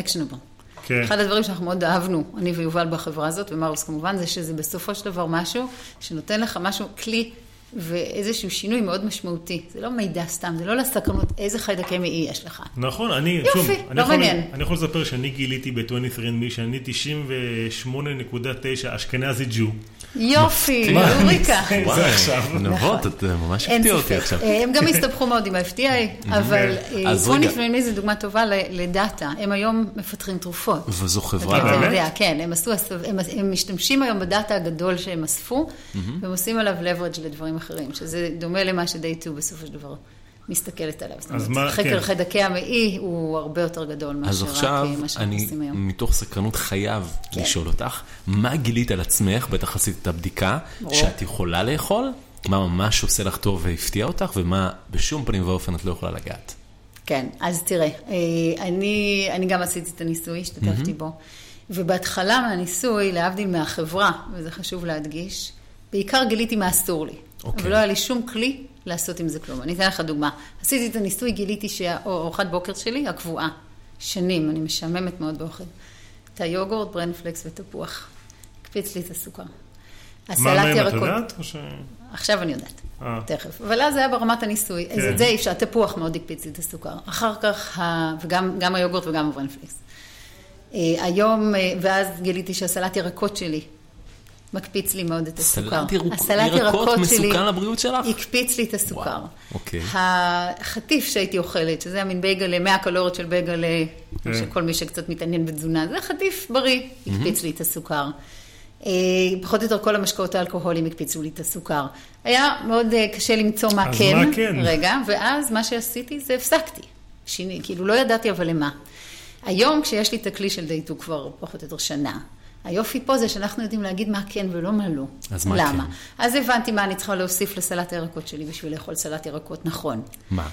[SPEAKER 3] אקשנבל.
[SPEAKER 2] כן.
[SPEAKER 3] אחד הדברים שאנחנו מאוד אהבנו, אני ויובל בחברה הזאת, ומרוס כמובן, זה שזה בסופו של דבר משהו שנותן לך משהו, כלי ואיזשהו שינוי מאוד משמעותי. זה לא מידע סתם, זה לא לסקרנות איזה חיידקי מעי E יש לך.
[SPEAKER 2] נכון, אני,
[SPEAKER 3] יופי,
[SPEAKER 2] שוב,
[SPEAKER 3] לא
[SPEAKER 2] אני, יכול,
[SPEAKER 3] מעניין.
[SPEAKER 2] אני יכול לספר שאני גיליתי ב-23andMe שאני 98.9 אשכנזי ג'ו.
[SPEAKER 3] יופי,
[SPEAKER 1] מה?
[SPEAKER 3] אוקיי, אוריקה. נכון.
[SPEAKER 2] זה
[SPEAKER 1] וואי,
[SPEAKER 2] עכשיו.
[SPEAKER 1] נבות, את אה, ממש
[SPEAKER 3] אין
[SPEAKER 1] הפתיע אותי
[SPEAKER 3] ספק.
[SPEAKER 1] עכשיו.
[SPEAKER 3] אה, הם גם הסתבכו מאוד עם ה-FDA, אבל אה,
[SPEAKER 1] כן. אז
[SPEAKER 3] טרוני
[SPEAKER 1] רגע.
[SPEAKER 3] פלוני זה דוגמה טובה ל- לדאטה. הם היום מפתחים תרופות.
[SPEAKER 1] וזו חברה,
[SPEAKER 3] אתה
[SPEAKER 2] באמת?
[SPEAKER 3] יודע, כן, הם עשו, הסב- הם- הם משתמשים היום בדאטה הגדול שהם אספו, והם עושים עליו leverage לדברים אחרים, שזה דומה למה שדייטו בסופו של דבר מסתכלת עליו. זאת
[SPEAKER 2] אז
[SPEAKER 3] אומרת,
[SPEAKER 2] מה-
[SPEAKER 3] חקר
[SPEAKER 2] כן.
[SPEAKER 3] חיידקי המעי הוא הרבה יותר גדול
[SPEAKER 1] אז
[SPEAKER 3] מאשר רק
[SPEAKER 1] עכשיו,
[SPEAKER 3] אה, מה שאנחנו
[SPEAKER 1] אני
[SPEAKER 3] עושים היום.
[SPEAKER 1] מתוך סקרנות חייב
[SPEAKER 3] כן.
[SPEAKER 1] לשאול אותך, מה גילית על עצמך, בטח עשית את הבדיקה,
[SPEAKER 3] ברור.
[SPEAKER 1] שאת יכולה לאכול, מה ממש עושה לך טוב והפתיע אותך, ומה בשום פנים ואופן את לא יכולה לגעת.
[SPEAKER 3] כן, אז תראה, אה, אני, אני גם עשיתי את הניסוי, השתתפתי בו, ובהתחלה מהניסוי, להבדיל מהחברה, וזה חשוב להדגיש, בעיקר גיליתי מה אסור לי.
[SPEAKER 1] אוקיי.
[SPEAKER 3] אבל לא היה לי שום כלי לעשות עם זה כלום. אני אתן לך דוגמה. עשיתי את הניסוי, גיליתי שארוחת בוקר שלי, הקבועה, שנים, אני משעממת מאוד באוכל. את היוגורט, ברנפלקס ותפוח. הקפיץ לי את הסוכר.
[SPEAKER 2] מה
[SPEAKER 3] הסלט
[SPEAKER 2] מהם את
[SPEAKER 3] ירקות.
[SPEAKER 2] יודעת? או ש...
[SPEAKER 3] עכשיו אני יודעת,
[SPEAKER 2] אה.
[SPEAKER 3] תכף. אבל אז זה היה ברמת הניסוי, אז
[SPEAKER 2] כן.
[SPEAKER 3] את זה אי אפשר, התפוח מאוד הקפיץ לי את הסוכר. אחר כך, ה... וגם גם היוגורט וגם הברנפליקס. אה, היום, אה, ואז גיליתי שהסלט ירקות שלי מקפיץ לי מאוד את הסוכר.
[SPEAKER 1] סלט ירוק-
[SPEAKER 3] הסלט
[SPEAKER 1] ירקות
[SPEAKER 3] שלי
[SPEAKER 1] מסוכן לבריאות שלך?
[SPEAKER 3] הקפיץ לי את הסוכר.
[SPEAKER 1] וואו, אוקיי.
[SPEAKER 3] החטיף שהייתי אוכלת, שזה היה מין בייגלה, 100 קלוריות של בייגלה,
[SPEAKER 2] כן.
[SPEAKER 3] שכל מי שקצת מתעניין בתזונה, זה חטיף בריא, הקפיץ לי את הסוכר. אה, פחות או יותר כל המשקאות האלכוהולים הקפיצו לי את הסוכר. היה מאוד אה, קשה למצוא מה
[SPEAKER 2] אז
[SPEAKER 3] כן.
[SPEAKER 2] מה כן?
[SPEAKER 3] רגע, ואז מה שעשיתי זה הפסקתי. שיני, כאילו לא ידעתי אבל למה. היום כשיש לי את הכלי של דייטו כבר פחות או יותר שנה, היופי פה זה שאנחנו יודעים להגיד מה כן ולא מה לא.
[SPEAKER 1] אז מה
[SPEAKER 3] למה?
[SPEAKER 1] כן?
[SPEAKER 3] אז הבנתי מה אני צריכה להוסיף לסלט הירקות שלי בשביל לאכול סלט ירקות נכון.
[SPEAKER 1] מה?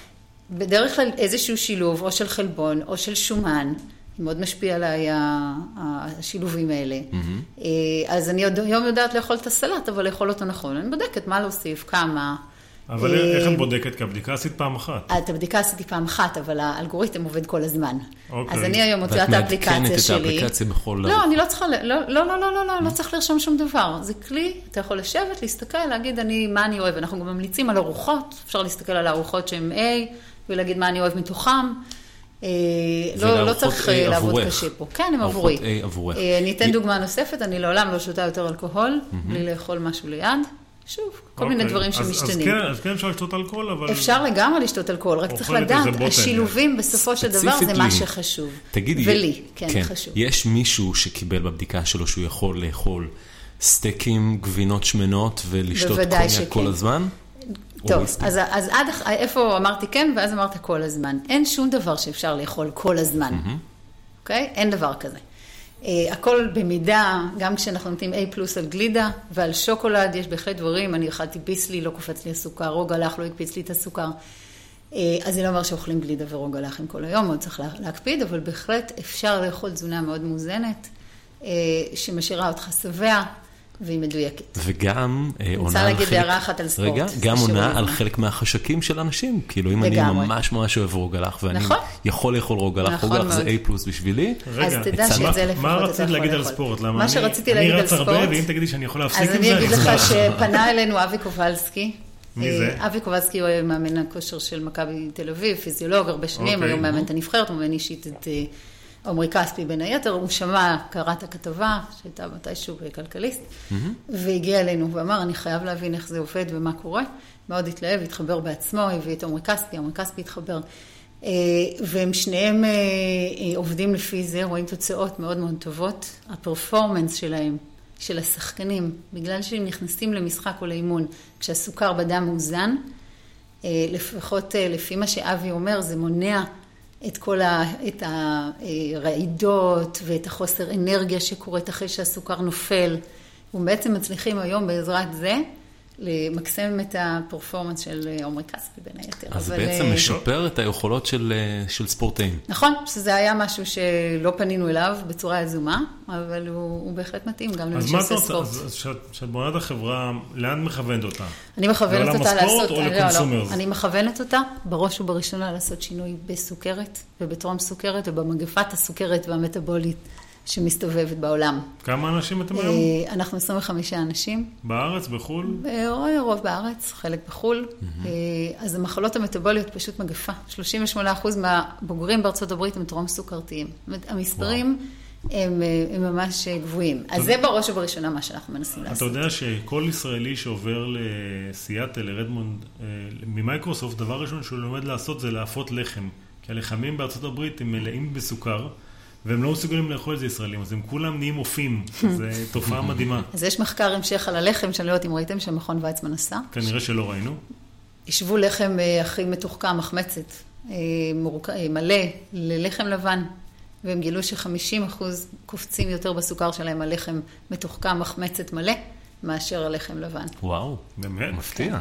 [SPEAKER 3] בדרך כלל איזשהו שילוב או של חלבון או של שומן, מאוד משפיע עליי ה- השילובים האלה. Mm-hmm. אז אני עוד היום יודעת לאכול את הסלט, אבל לאכול אותו נכון. אני בודקת מה להוסיף, כמה.
[SPEAKER 2] אבל
[SPEAKER 3] אה,
[SPEAKER 2] איך את בודקת? כי הבדיקה עשית פעם אחת.
[SPEAKER 3] את הבדיקה עשיתי פעם אחת, אבל האלגוריתם עובד כל הזמן.
[SPEAKER 2] אוקיי.
[SPEAKER 3] אז אני היום
[SPEAKER 1] ואת
[SPEAKER 3] מוציאה את
[SPEAKER 1] מעדכנת
[SPEAKER 3] האפליקציה
[SPEAKER 1] את
[SPEAKER 3] שלי.
[SPEAKER 1] האפליקציה בכל אה. דבר.
[SPEAKER 3] לא, אני לא צריכה, ל- לא, לא, לא, לא, לא, לא, לא צריך לרשום שום דבר. זה כלי, אתה יכול לשבת, להסתכל, להגיד אני, מה אני אוהב. אנחנו גם ממליצים על ארוחות, אפשר להסתכל על הארוחות שהן A, ולהגיד מה אני אוהב מתוכם. אה, לא, לא
[SPEAKER 1] ולארוחות
[SPEAKER 3] צריך
[SPEAKER 1] A
[SPEAKER 3] אה, לעבוד
[SPEAKER 1] עבורך.
[SPEAKER 3] קשה פה. כן, הם
[SPEAKER 1] ארוחות
[SPEAKER 3] עבורי.
[SPEAKER 1] A עבורך.
[SPEAKER 3] אה, אני אתן
[SPEAKER 1] י-
[SPEAKER 3] דוגמה נוספת, אני לעולם לא שותה יותר אלכוהול, בלי לאכול משהו ליד. שוב, כל מיני
[SPEAKER 2] אוקיי.
[SPEAKER 3] דברים
[SPEAKER 2] אז- אז
[SPEAKER 3] שמשתנים.
[SPEAKER 2] כן- אז כן אפשר לשתות אלכוהול, אבל...
[SPEAKER 3] אפשר לגמרי לשתות אלכוהול, רק צריך
[SPEAKER 2] אוכלת איזה
[SPEAKER 3] לדעת,
[SPEAKER 2] בוטן.
[SPEAKER 3] השילובים בסופו של דבר זה
[SPEAKER 1] ספציפית
[SPEAKER 3] מה
[SPEAKER 1] לי.
[SPEAKER 3] שחשוב.
[SPEAKER 1] תגידי,
[SPEAKER 3] ולי, כן, חשוב.
[SPEAKER 1] יש מישהו שקיבל בבדיקה שלו שהוא יכול לאכול סטייקים, גבינות שמנות ולשתות
[SPEAKER 3] בוודאי
[SPEAKER 1] קוניאק
[SPEAKER 3] שכן.
[SPEAKER 1] כל הזמן?
[SPEAKER 3] טוב,
[SPEAKER 1] הוליסטי.
[SPEAKER 3] אז, אז עד אח- איפה אמרתי כן, ואז אמרת כל הזמן. אין שום דבר שאפשר לאכול כל הזמן, אוקיי? אין דבר כזה. אה, הכל במידה, גם כשאנחנו נותנים A פלוס על גלידה ועל שוקולד, יש בהחלט דברים, אני אכלתי ביסלי, לא קופץ לי הסוכר, רוגלח לא הקפיץ לי את הסוכר. אה, אז זה לא אומר שאוכלים גלידה ורוגלחים כל היום, עוד צריך לה- להקפיד, אבל בהחלט אפשר לאכול תזונה מאוד מאוזנת, אה, שמשאירה אותך שבע והיא מדויקת.
[SPEAKER 1] וגם אה, עונה על חלק...
[SPEAKER 3] להגיד הערה אחת על ספורט,
[SPEAKER 1] רגע, גם
[SPEAKER 3] חשוב
[SPEAKER 1] עונה
[SPEAKER 3] לי.
[SPEAKER 1] על חלק מהחשקים של אנשים. כאילו, אם אני
[SPEAKER 3] לגמרי.
[SPEAKER 1] ממש ממש אוהב רוגלח, ואני
[SPEAKER 3] נכון.
[SPEAKER 1] יכול לאכול רוגלח,
[SPEAKER 3] נכון
[SPEAKER 1] רוגלח זה
[SPEAKER 3] מאוד.
[SPEAKER 1] A פלוס בשבילי,
[SPEAKER 2] רגע,
[SPEAKER 3] אז תדע
[SPEAKER 1] מה-
[SPEAKER 3] שאת זה לפחות אתה יכול לאכול.
[SPEAKER 2] מה רצית להגיד על ספורט? למה
[SPEAKER 3] מה
[SPEAKER 2] אני-
[SPEAKER 3] שרציתי להגיד על ספורט...
[SPEAKER 2] אני רץ הרבה, ואם תגידי שאני יכול להפסיק
[SPEAKER 3] אז
[SPEAKER 2] עם זה,
[SPEAKER 3] אני אגיד לך
[SPEAKER 2] אשמח.
[SPEAKER 3] שפנה אלינו אבי קובלסקי.
[SPEAKER 2] מי
[SPEAKER 3] אה,
[SPEAKER 2] זה?
[SPEAKER 3] אבי קובלסקי הוא מאמן הכושר של מכבי תל אביב, פיזיולוג הרבה שנים,
[SPEAKER 2] אוקיי.
[SPEAKER 3] היום מאמן את הנבחרת, הוא מאמן אישית את אה, עמרי כספי בין היתר, הוא שמע, קרא את הכתבה, שהייתה מתישהו בכלכליסט, והגיע אלינו ואמר, אני חייב להבין איך זה עובד ומה קורה. מאוד התלהב, התחבר בעצמו, הביא את עמרי כספי, עמרי כספי התחבר. אה, והם שניהם אה, אה, עובדים לפי זה, רואים תוצאות מאוד מאוד טובות. הפרפורמנס שלהם, של השחקנים, בגלל שהם נכנסים למשחק או לאימון, כשהסוכר בדם מאוזן, אה, לפחות אה, לפי מה שאבי אומר, זה מונע את כל ה, את הרעידות ואת החוסר אנרגיה שקורית אחרי שהסוכר נופל. ובעצם מצליחים היום בעזרת זה למקסם את הפרפורמנס של אה, עומרי כספי בין היתר.
[SPEAKER 1] אז
[SPEAKER 3] אבל,
[SPEAKER 1] בעצם
[SPEAKER 3] אה,
[SPEAKER 1] משפר את היכולות של אה, של ספורטאים.
[SPEAKER 3] נכון, שזה היה משהו שלא פנינו אליו בצורה יזומה, אבל הוא, הוא בהחלט מתאים גם למי
[SPEAKER 2] אז מה את
[SPEAKER 3] שעושה
[SPEAKER 2] רוצה,
[SPEAKER 3] ספורט.
[SPEAKER 2] אז- אז כשאת- כשאת בונה את החברה, לאן מכוונת אותה?
[SPEAKER 3] אני מכוונת
[SPEAKER 2] לעולם
[SPEAKER 3] אותה
[SPEAKER 2] הספורט
[SPEAKER 3] לעשות...
[SPEAKER 2] או
[SPEAKER 3] לא, לא.
[SPEAKER 2] לקונסומרס?
[SPEAKER 3] אני מכוונת אותה בראש ובראשונה לעשות שינוי בסוכרת ובטרום סוכרת ובמגפת הסוכרת והמטבולית שמסתובבת בעולם.
[SPEAKER 2] כמה אנשים אתם היום?
[SPEAKER 3] אה, אנחנו 25 אנשים,
[SPEAKER 2] בארץ, בחו"ל?
[SPEAKER 3] אה, רוב בארץ, חלק בחו"ל. אה, אז המחלות המטבוליות פשוט מגפה. 38% מהבוגרים בארצות הברית הם טרום סוכרתיים. זאת אומרת, המספרים הם, אה, הם ממש אה, גבוהים. אז זה בראש ובראשונה מה שאנחנו מנסים
[SPEAKER 2] אתה
[SPEAKER 3] לעשות.
[SPEAKER 2] יודע שכל ישראלי שעובר לסיאטל, לרדמונד, אה, ממייקרוסופט, דבר ראשון שהוא לומד לעשות זה להפות לחם. כי הלחמים בארצות הברית הם מלאים בסוכר, והם לא מסוגלים לאכול את זה ישראלים, אז הם כולם נהיים אופים. זו תופעה מדהימה.
[SPEAKER 3] אז יש מחקר המשך על הלחם, שאני לא יודעת אם ראיתם, שמכון ויצמן עשה.
[SPEAKER 2] כנראה שלא ראינו.
[SPEAKER 3] השוו לחם אה, הכי מתוחכם, מחמצת, אה, מורק- אה, מלא, ללחם לבן, והם גילו ש-50% קופצים יותר בסוכר שלהם על לחם מתוחכם, מחמצת מלא, מאשר על לחם לבן.
[SPEAKER 1] וואו,
[SPEAKER 2] באמת?
[SPEAKER 1] מפתיע.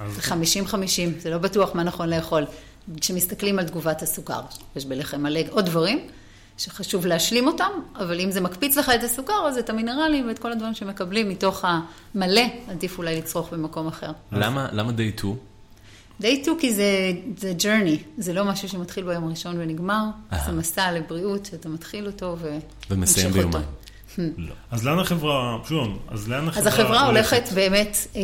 [SPEAKER 2] אז
[SPEAKER 3] זה 50-50, זה לא בטוח מה נכון לאכול. כשמסתכלים על תגובת הסוכר, יש בלחם מלא עוד דברים שחשוב להשלים אותם, אבל אם זה מקפיץ לך את הסוכר, אז את המינרלים ואת כל הדברים שמקבלים מתוך המלא, עדיף אולי לצרוך במקום אחר.
[SPEAKER 1] למה למה day 2?
[SPEAKER 3] אה, day 2 כי זה, זה journey, זה לא משהו שמתחיל ביום הראשון ונגמר,
[SPEAKER 1] אהה.
[SPEAKER 3] זה מסע לבריאות שאתה מתחיל אותו ו...
[SPEAKER 1] ומסיים
[SPEAKER 3] ממשיך אותו.
[SPEAKER 1] ביומיים. לא.
[SPEAKER 2] אז לאן החברה, שוב, אז לאן החברה
[SPEAKER 3] אז החברה הולכת באמת אה,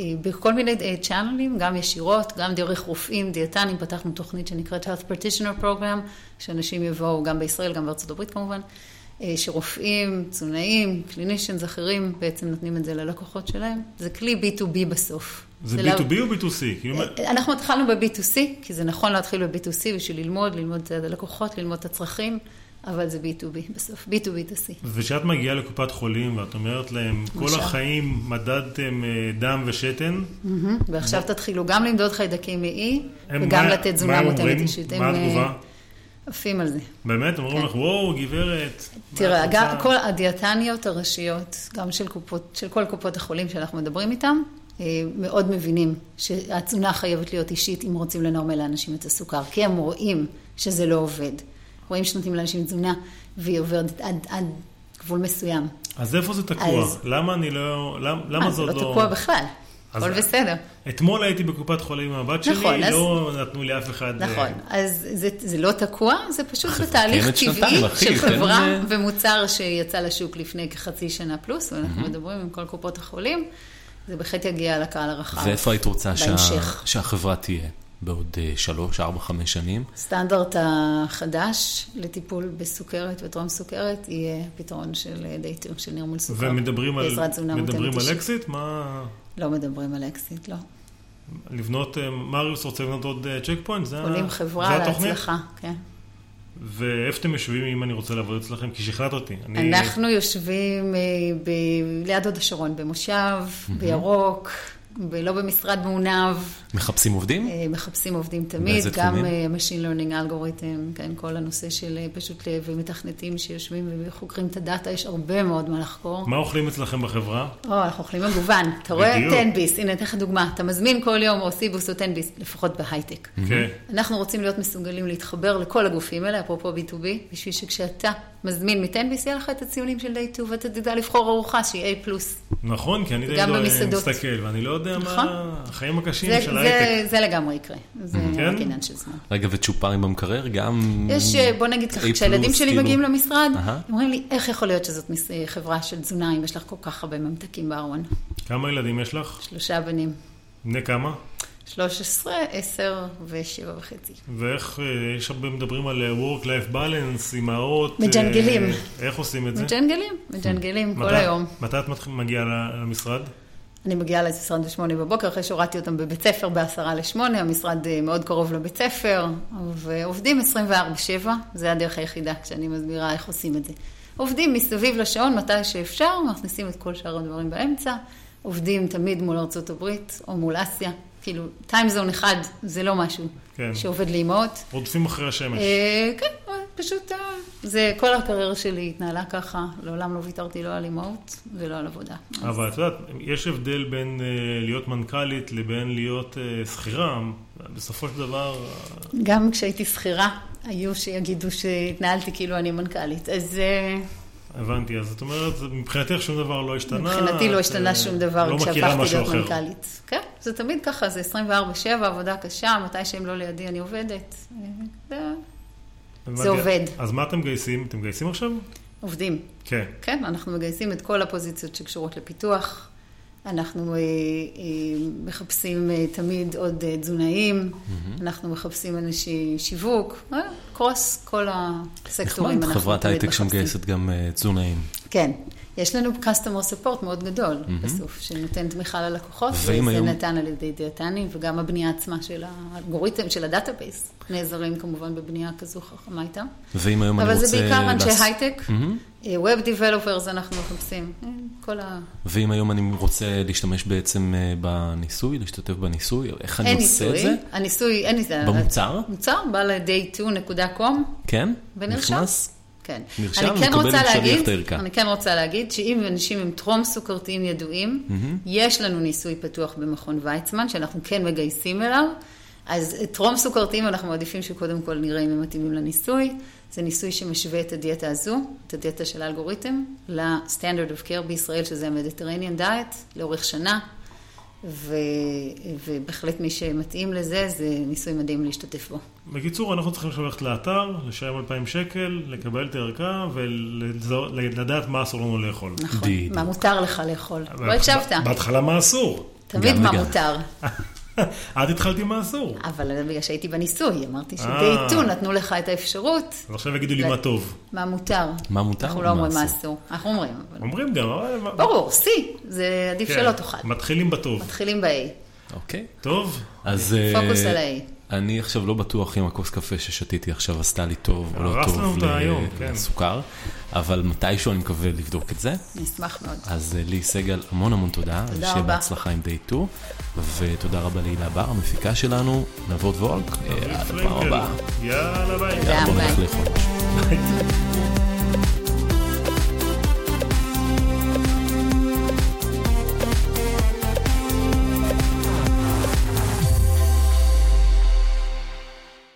[SPEAKER 3] אה, בכל מיני אה, צ'אנלים, גם ישירות, גם דרך רופאים, דיאטנים, פתחנו תוכנית שנקראת Health Practitioner Program, שאנשים יבואו גם בישראל, גם בארצות הברית כמובן, אה, שרופאים, תזונאים, קלינישנס אחרים בעצם נותנים את זה ללקוחות שלהם. זה כלי B2B בסוף.
[SPEAKER 2] זה
[SPEAKER 3] לא-
[SPEAKER 2] B2B או B2C? כאילו,
[SPEAKER 3] אנחנו התחלנו ב-B2C, כי זה נכון להתחיל ב-B2C בשביל ללמוד, ללמוד את הלקוחות, ללמוד את הצרכים, אבל זה B2B בסוף, B2B2C.
[SPEAKER 2] וכשאת מגיעה לקופת חולים ואת אומרת להם, כל
[SPEAKER 3] למשל.
[SPEAKER 2] החיים מדדתם אה, דם ושתן,
[SPEAKER 3] מהמם. ועכשיו תתחילו גם למדוד חיידקים מאי,
[SPEAKER 2] הם-
[SPEAKER 3] וגם
[SPEAKER 2] מה-
[SPEAKER 3] לתת
[SPEAKER 2] מה
[SPEAKER 3] תזונה
[SPEAKER 2] הם
[SPEAKER 3] מותאמת
[SPEAKER 2] אומרים?
[SPEAKER 3] אישית.
[SPEAKER 2] מה
[SPEAKER 3] הם, אה,
[SPEAKER 2] התגובה?
[SPEAKER 3] עפים על זה.
[SPEAKER 2] באמת? אומרים
[SPEAKER 3] כן.
[SPEAKER 2] לך, וואו, גברת. מה
[SPEAKER 3] תראה,
[SPEAKER 2] את
[SPEAKER 3] גם-
[SPEAKER 2] רוצה?"
[SPEAKER 3] כל הדיאטניות הראשיות, גם של קופות, של כל קופות החולים שאנחנו מדברים איתם, אה, מאוד מבינים שהתזונה חייבת להיות אישית אם רוצים לנרמל לאנשים את הסוכר, כי הם רואים שזה לא עובד. רואים שנותנים לאנשים תזונה, והיא עוברת עד, עד גבול מסוים.
[SPEAKER 2] אז איפה זה תקוע?
[SPEAKER 3] אז-
[SPEAKER 2] למה אני לא... למ- למה
[SPEAKER 3] אה, זה
[SPEAKER 2] זאת
[SPEAKER 3] לא
[SPEAKER 2] לא...
[SPEAKER 3] תקוע בכלל,
[SPEAKER 2] אז-
[SPEAKER 3] הכל בסדר.
[SPEAKER 2] אתמול הייתי בקופת חולים עם הבת
[SPEAKER 3] נכון,
[SPEAKER 2] שלי,
[SPEAKER 3] אז-
[SPEAKER 2] לא נתנו לי אף אחד... אה,
[SPEAKER 3] נכון, אז זה, זה לא תקוע, זה פשוט בתהליך
[SPEAKER 1] קיימת שנתיים,
[SPEAKER 3] טבעי
[SPEAKER 1] אחי,
[SPEAKER 3] של
[SPEAKER 1] תן
[SPEAKER 3] חברה
[SPEAKER 1] לזה-
[SPEAKER 3] ומוצר שיצא לשוק לפני כחצי שנה פלוס, ואנחנו מדברים עם כל קופות החולים, זה בהחלט יגיע לקהל הרחב.
[SPEAKER 1] ואיפה היית רוצה שה-
[SPEAKER 3] בהמשך.
[SPEAKER 1] שהחברה תהיה בעוד אה, שלוש, ארבע, חמש שנים?
[SPEAKER 3] הסטנדרט החדש לטיפול בסוכרת וטרום סוכרת יהיה פתרון של דייטים של נרמול סוכר.
[SPEAKER 2] ומדברים על...
[SPEAKER 3] בעזרת תזונה מותאמת
[SPEAKER 2] מדברים על
[SPEAKER 3] אישית.
[SPEAKER 2] אקזיט? מה...
[SPEAKER 3] לא מדברים על אקזיט, לא.
[SPEAKER 2] לבנות... אה, מריוס רוצה לבנות עוד צ'ק פוינט? זה ה-
[SPEAKER 3] עולים
[SPEAKER 2] זה
[SPEAKER 3] חברה
[SPEAKER 2] התוכנית?
[SPEAKER 3] להצלחה, כן.
[SPEAKER 2] ואיפה אתם יושבים אם אני רוצה לעבוד אצלכם? כי שכנעת אותי. אני-
[SPEAKER 3] אנחנו יושבים אה, ב... ליד הוד השרון, במושב, בירוק, ולא במשרד מעונב.
[SPEAKER 1] מחפשים עובדים?
[SPEAKER 3] אה, מחפשים עובדים תמיד,
[SPEAKER 1] באיזה
[SPEAKER 3] גם
[SPEAKER 1] תחומים?
[SPEAKER 3] אה, Machine Learning Algorithm, כן, כל הנושא של אה, פשוט אה, ומתכנתים שיושבים וחוקרים את הדאטה, יש הרבה מאוד מה לחקור.
[SPEAKER 2] מה אוכלים אצלכם בחברה?
[SPEAKER 3] או, אנחנו אוכלים מגוון. אתה רואה?
[SPEAKER 2] בדיוק.
[SPEAKER 3] 10 ביס, הנה, אתן לך דוגמה. אתה מזמין כל יום או סיבוס או 10 ביס, לפחות בהייטק.
[SPEAKER 2] כן.
[SPEAKER 3] אנחנו רוצים להיות מסוגלים להתחבר לכל הגופים האלה, אפרופו B2B, בשביל שכשאתה מזמין מ-10ביס, יהיה לך את הציונים של day 2, ואתה תדע לבחור ארוחה שהיא A+.
[SPEAKER 2] נכון, כי אני די
[SPEAKER 3] גם
[SPEAKER 2] לא
[SPEAKER 3] במסעדות.
[SPEAKER 2] מסתכל, ואני לא יודע
[SPEAKER 3] נכון.
[SPEAKER 2] מה החיים הקשים
[SPEAKER 3] זה,
[SPEAKER 2] של ההייטק.
[SPEAKER 3] זה, זה לגמרי יקרה, זה
[SPEAKER 2] כן?
[SPEAKER 3] רק עניין של זמן.
[SPEAKER 1] רגע, וצ'ופרים במקרר גם...
[SPEAKER 3] יש, אה, בוא נגיד ככה,
[SPEAKER 1] A+,
[SPEAKER 3] כשהילדים שלי
[SPEAKER 1] כאילו.
[SPEAKER 3] מגיעים למשרד,
[SPEAKER 1] אהה.
[SPEAKER 3] הם אומרים לי, איך יכול להיות שזאת מס- אה, חברה של תזונה, אם יש לך כל כך הרבה ממתקים בארון?
[SPEAKER 2] כמה ילדים יש לך?
[SPEAKER 3] שלושה בנים,
[SPEAKER 2] בני כמה?
[SPEAKER 3] 13, 10 ו-7 וחצי.
[SPEAKER 2] ואיך, אה, יש הרבה מדברים על אה, work-life balance, אימהות. אה,
[SPEAKER 3] מג'נגלים.
[SPEAKER 2] איך עושים את זה?
[SPEAKER 3] מג'נגלים, מג'נגלים כל
[SPEAKER 2] מתי-
[SPEAKER 3] היום.
[SPEAKER 2] מתי את מתח- מגיעה ל- למשרד?
[SPEAKER 3] אני מגיעה ל-28 בבוקר, אחרי שהורדתי אותם בבית ספר בעשרה לשמונה, המשרד אה, מאוד קרוב לבית ספר, ועובדים 24-7, זה הדרך היחידה כשאני מסבירה איך עושים את זה. עובדים מסביב לשעון מתי שאפשר, מכניסים את כל שאר הדברים באמצע, עובדים תמיד מול ארצות הברית או מול אסיה, כאילו, טיימזון אחד זה לא משהו
[SPEAKER 2] כן.
[SPEAKER 3] שעובד לאימהות.
[SPEAKER 2] רודפים אחרי השמש.
[SPEAKER 3] אה, כן, פשוט, אה, זה כל הקריירה שלי התנהלה ככה, לעולם לא ויתרתי לא על אימהות ולא על עבודה.
[SPEAKER 2] אבל את יודעת, יש הבדל בין אה, להיות מנכ"לית לבין להיות אה, שכירה. בסופו של דבר, אה,
[SPEAKER 3] גם כשהייתי שכירה, היו שיגידו שהתנהלתי כאילו אני מנכ"לית. אז אה,
[SPEAKER 2] הבנתי. אז את אומרת, זה- מבחינתך שום דבר לא השתנה.
[SPEAKER 3] מבחינתי לא
[SPEAKER 2] את,
[SPEAKER 3] השתנה
[SPEAKER 2] אה,
[SPEAKER 3] שום דבר
[SPEAKER 2] לא מכירה
[SPEAKER 3] כשהפכתי
[SPEAKER 2] משהו
[SPEAKER 3] להיות
[SPEAKER 2] אחר.
[SPEAKER 3] מנכ"לית. כן, זה תמיד ככה, זה 24-7, עבודה קשה, מתי שהם לא לידי אני עובדת. אה, זה-
[SPEAKER 2] הבנתי.
[SPEAKER 3] זה עובד.
[SPEAKER 2] אז מה אתם מגייסים? אתם מגייסים עכשיו?
[SPEAKER 3] עובדים.
[SPEAKER 2] כן.
[SPEAKER 3] כן, אנחנו מגייסים את כל הפוזיציות שקשורות לפיתוח. אנחנו אה, אה, מחפשים אה, תמיד עוד אה, תזונאים, אנחנו מחפשים אנשי שיווק, אה, קרוס כל
[SPEAKER 1] נחמד,
[SPEAKER 3] הסקטורים. אנחנו
[SPEAKER 1] נכון, חברת
[SPEAKER 3] תמיד
[SPEAKER 1] הייטק
[SPEAKER 3] מחפשים.
[SPEAKER 1] שמגייסת גם אה, תזונאים.
[SPEAKER 3] כן. יש לנו customer support מאוד גדול mm-hmm. בסוף, שנותן תמיכה ללקוחות, וזה
[SPEAKER 1] ואם היום-
[SPEAKER 3] נתן על ידי דיאטנים, וגם הבנייה עצמה של האלגוריתם, של הדאטאבייס, נעזרים כמובן בבנייה כזו חכמה איתם.
[SPEAKER 1] ואם היום אני
[SPEAKER 3] אבל
[SPEAKER 1] רוצה...
[SPEAKER 3] זה בעיקר אנשי
[SPEAKER 1] לעש-
[SPEAKER 3] הייטק, ווב דיבלופרס אנחנו מחפשים, אה, כל ה...
[SPEAKER 1] ואם היום אני רוצה להשתמש בעצם אה, בניסוי, להשתתף בניסוי, איך אני
[SPEAKER 3] אין
[SPEAKER 1] עושה את
[SPEAKER 3] ניסוי,
[SPEAKER 1] זה?
[SPEAKER 3] הניסוי, אין ניסוי.
[SPEAKER 1] במוצר?
[SPEAKER 3] מוצר, בא ל-day2.com,
[SPEAKER 1] כן?
[SPEAKER 3] ונרשם.
[SPEAKER 1] נכנס?
[SPEAKER 3] כן.
[SPEAKER 1] נרשם,
[SPEAKER 3] אני כן
[SPEAKER 1] מקבל
[SPEAKER 3] רוצה
[SPEAKER 1] שליח
[SPEAKER 3] להגיד,
[SPEAKER 1] את הערכה.
[SPEAKER 3] אני כן רוצה להגיד שאם אנשים עם טרום סוכרתיים ידועים, יש לנו ניסוי פתוח במכון ויצמן, שאנחנו כן מגייסים אליו. אז טרום סוכרתיים אנחנו מעדיפים שקודם כל נראה אם הם מתאימים לניסוי. זה ניסוי שמשווה את הדיאטה הזו, את הדיאטה של האלגוריתם, לסטנדרט אוף קר בישראל, שזה המדיטרניאן דיאט, לאורך שנה. ו... ובהחלט מי שמתאים לזה, זה ניסוי מדהים להשתתף בו.
[SPEAKER 2] בקיצור, אנחנו צריכים עכשיו ללכת לאתר, לשלם 2,000 שקל, לקבל את הערכה ולדעת מה אסור לנו לאכול.
[SPEAKER 3] נכון.
[SPEAKER 1] בדיוק.
[SPEAKER 3] מה מותר לך לאכול?
[SPEAKER 2] אבל
[SPEAKER 3] לא הקשבת.
[SPEAKER 2] בהתחלה מה אסור.
[SPEAKER 3] תמיד
[SPEAKER 1] גם
[SPEAKER 3] מה
[SPEAKER 1] וגם.
[SPEAKER 3] מותר.
[SPEAKER 2] את התחלת עם מה אסור.
[SPEAKER 3] אבל בגלל שהייתי בניסוי, אמרתי
[SPEAKER 2] אה.
[SPEAKER 3] שדייטו, נתנו לך את האפשרות,
[SPEAKER 2] אז עכשיו יגידו לי
[SPEAKER 3] לא.
[SPEAKER 2] מה טוב.
[SPEAKER 3] מה מותר.
[SPEAKER 1] מה מותר?
[SPEAKER 3] אנחנו לא
[SPEAKER 1] ומה
[SPEAKER 3] אומרים מה
[SPEAKER 1] אסור.
[SPEAKER 3] אסור, אנחנו אומרים. אבל-
[SPEAKER 2] אומרים גם, אבל... מה-
[SPEAKER 3] ברור, שיא, זה עדיף
[SPEAKER 2] כן.
[SPEAKER 3] שלא תאכל.
[SPEAKER 2] מתחילים בטוב.
[SPEAKER 3] מתחילים ב-A,
[SPEAKER 1] אוקיי.
[SPEAKER 2] טוב?
[SPEAKER 1] אז... אה,
[SPEAKER 3] אוקיי, פוקוס על ה-A.
[SPEAKER 1] אני עכשיו לא בטוח אם הכוס קפה ששתיתי עכשיו עשתה לי טוב או לא
[SPEAKER 2] הרסנו
[SPEAKER 1] טוב
[SPEAKER 2] אותה
[SPEAKER 1] ל-
[SPEAKER 2] היום, כן.
[SPEAKER 1] לסוכר, אבל מתישהו אני מקווה לבדוק את זה.
[SPEAKER 3] אני אשמח מאוד.
[SPEAKER 1] אז אה, לי סגל, המון המון תודה.
[SPEAKER 3] תודה
[SPEAKER 1] ושיהיה
[SPEAKER 3] רבה.
[SPEAKER 1] בהצלחה עם די 2, ותודה רבה להילה בר, המפיקה שלנו, נבות וולק. אה, עד הפעם
[SPEAKER 2] פרנקל.
[SPEAKER 1] הבאה.
[SPEAKER 2] יאללה ביי.
[SPEAKER 3] תודה,
[SPEAKER 1] בוא
[SPEAKER 3] ביי.
[SPEAKER 1] נלך לאכול משהו.
[SPEAKER 2] ביי.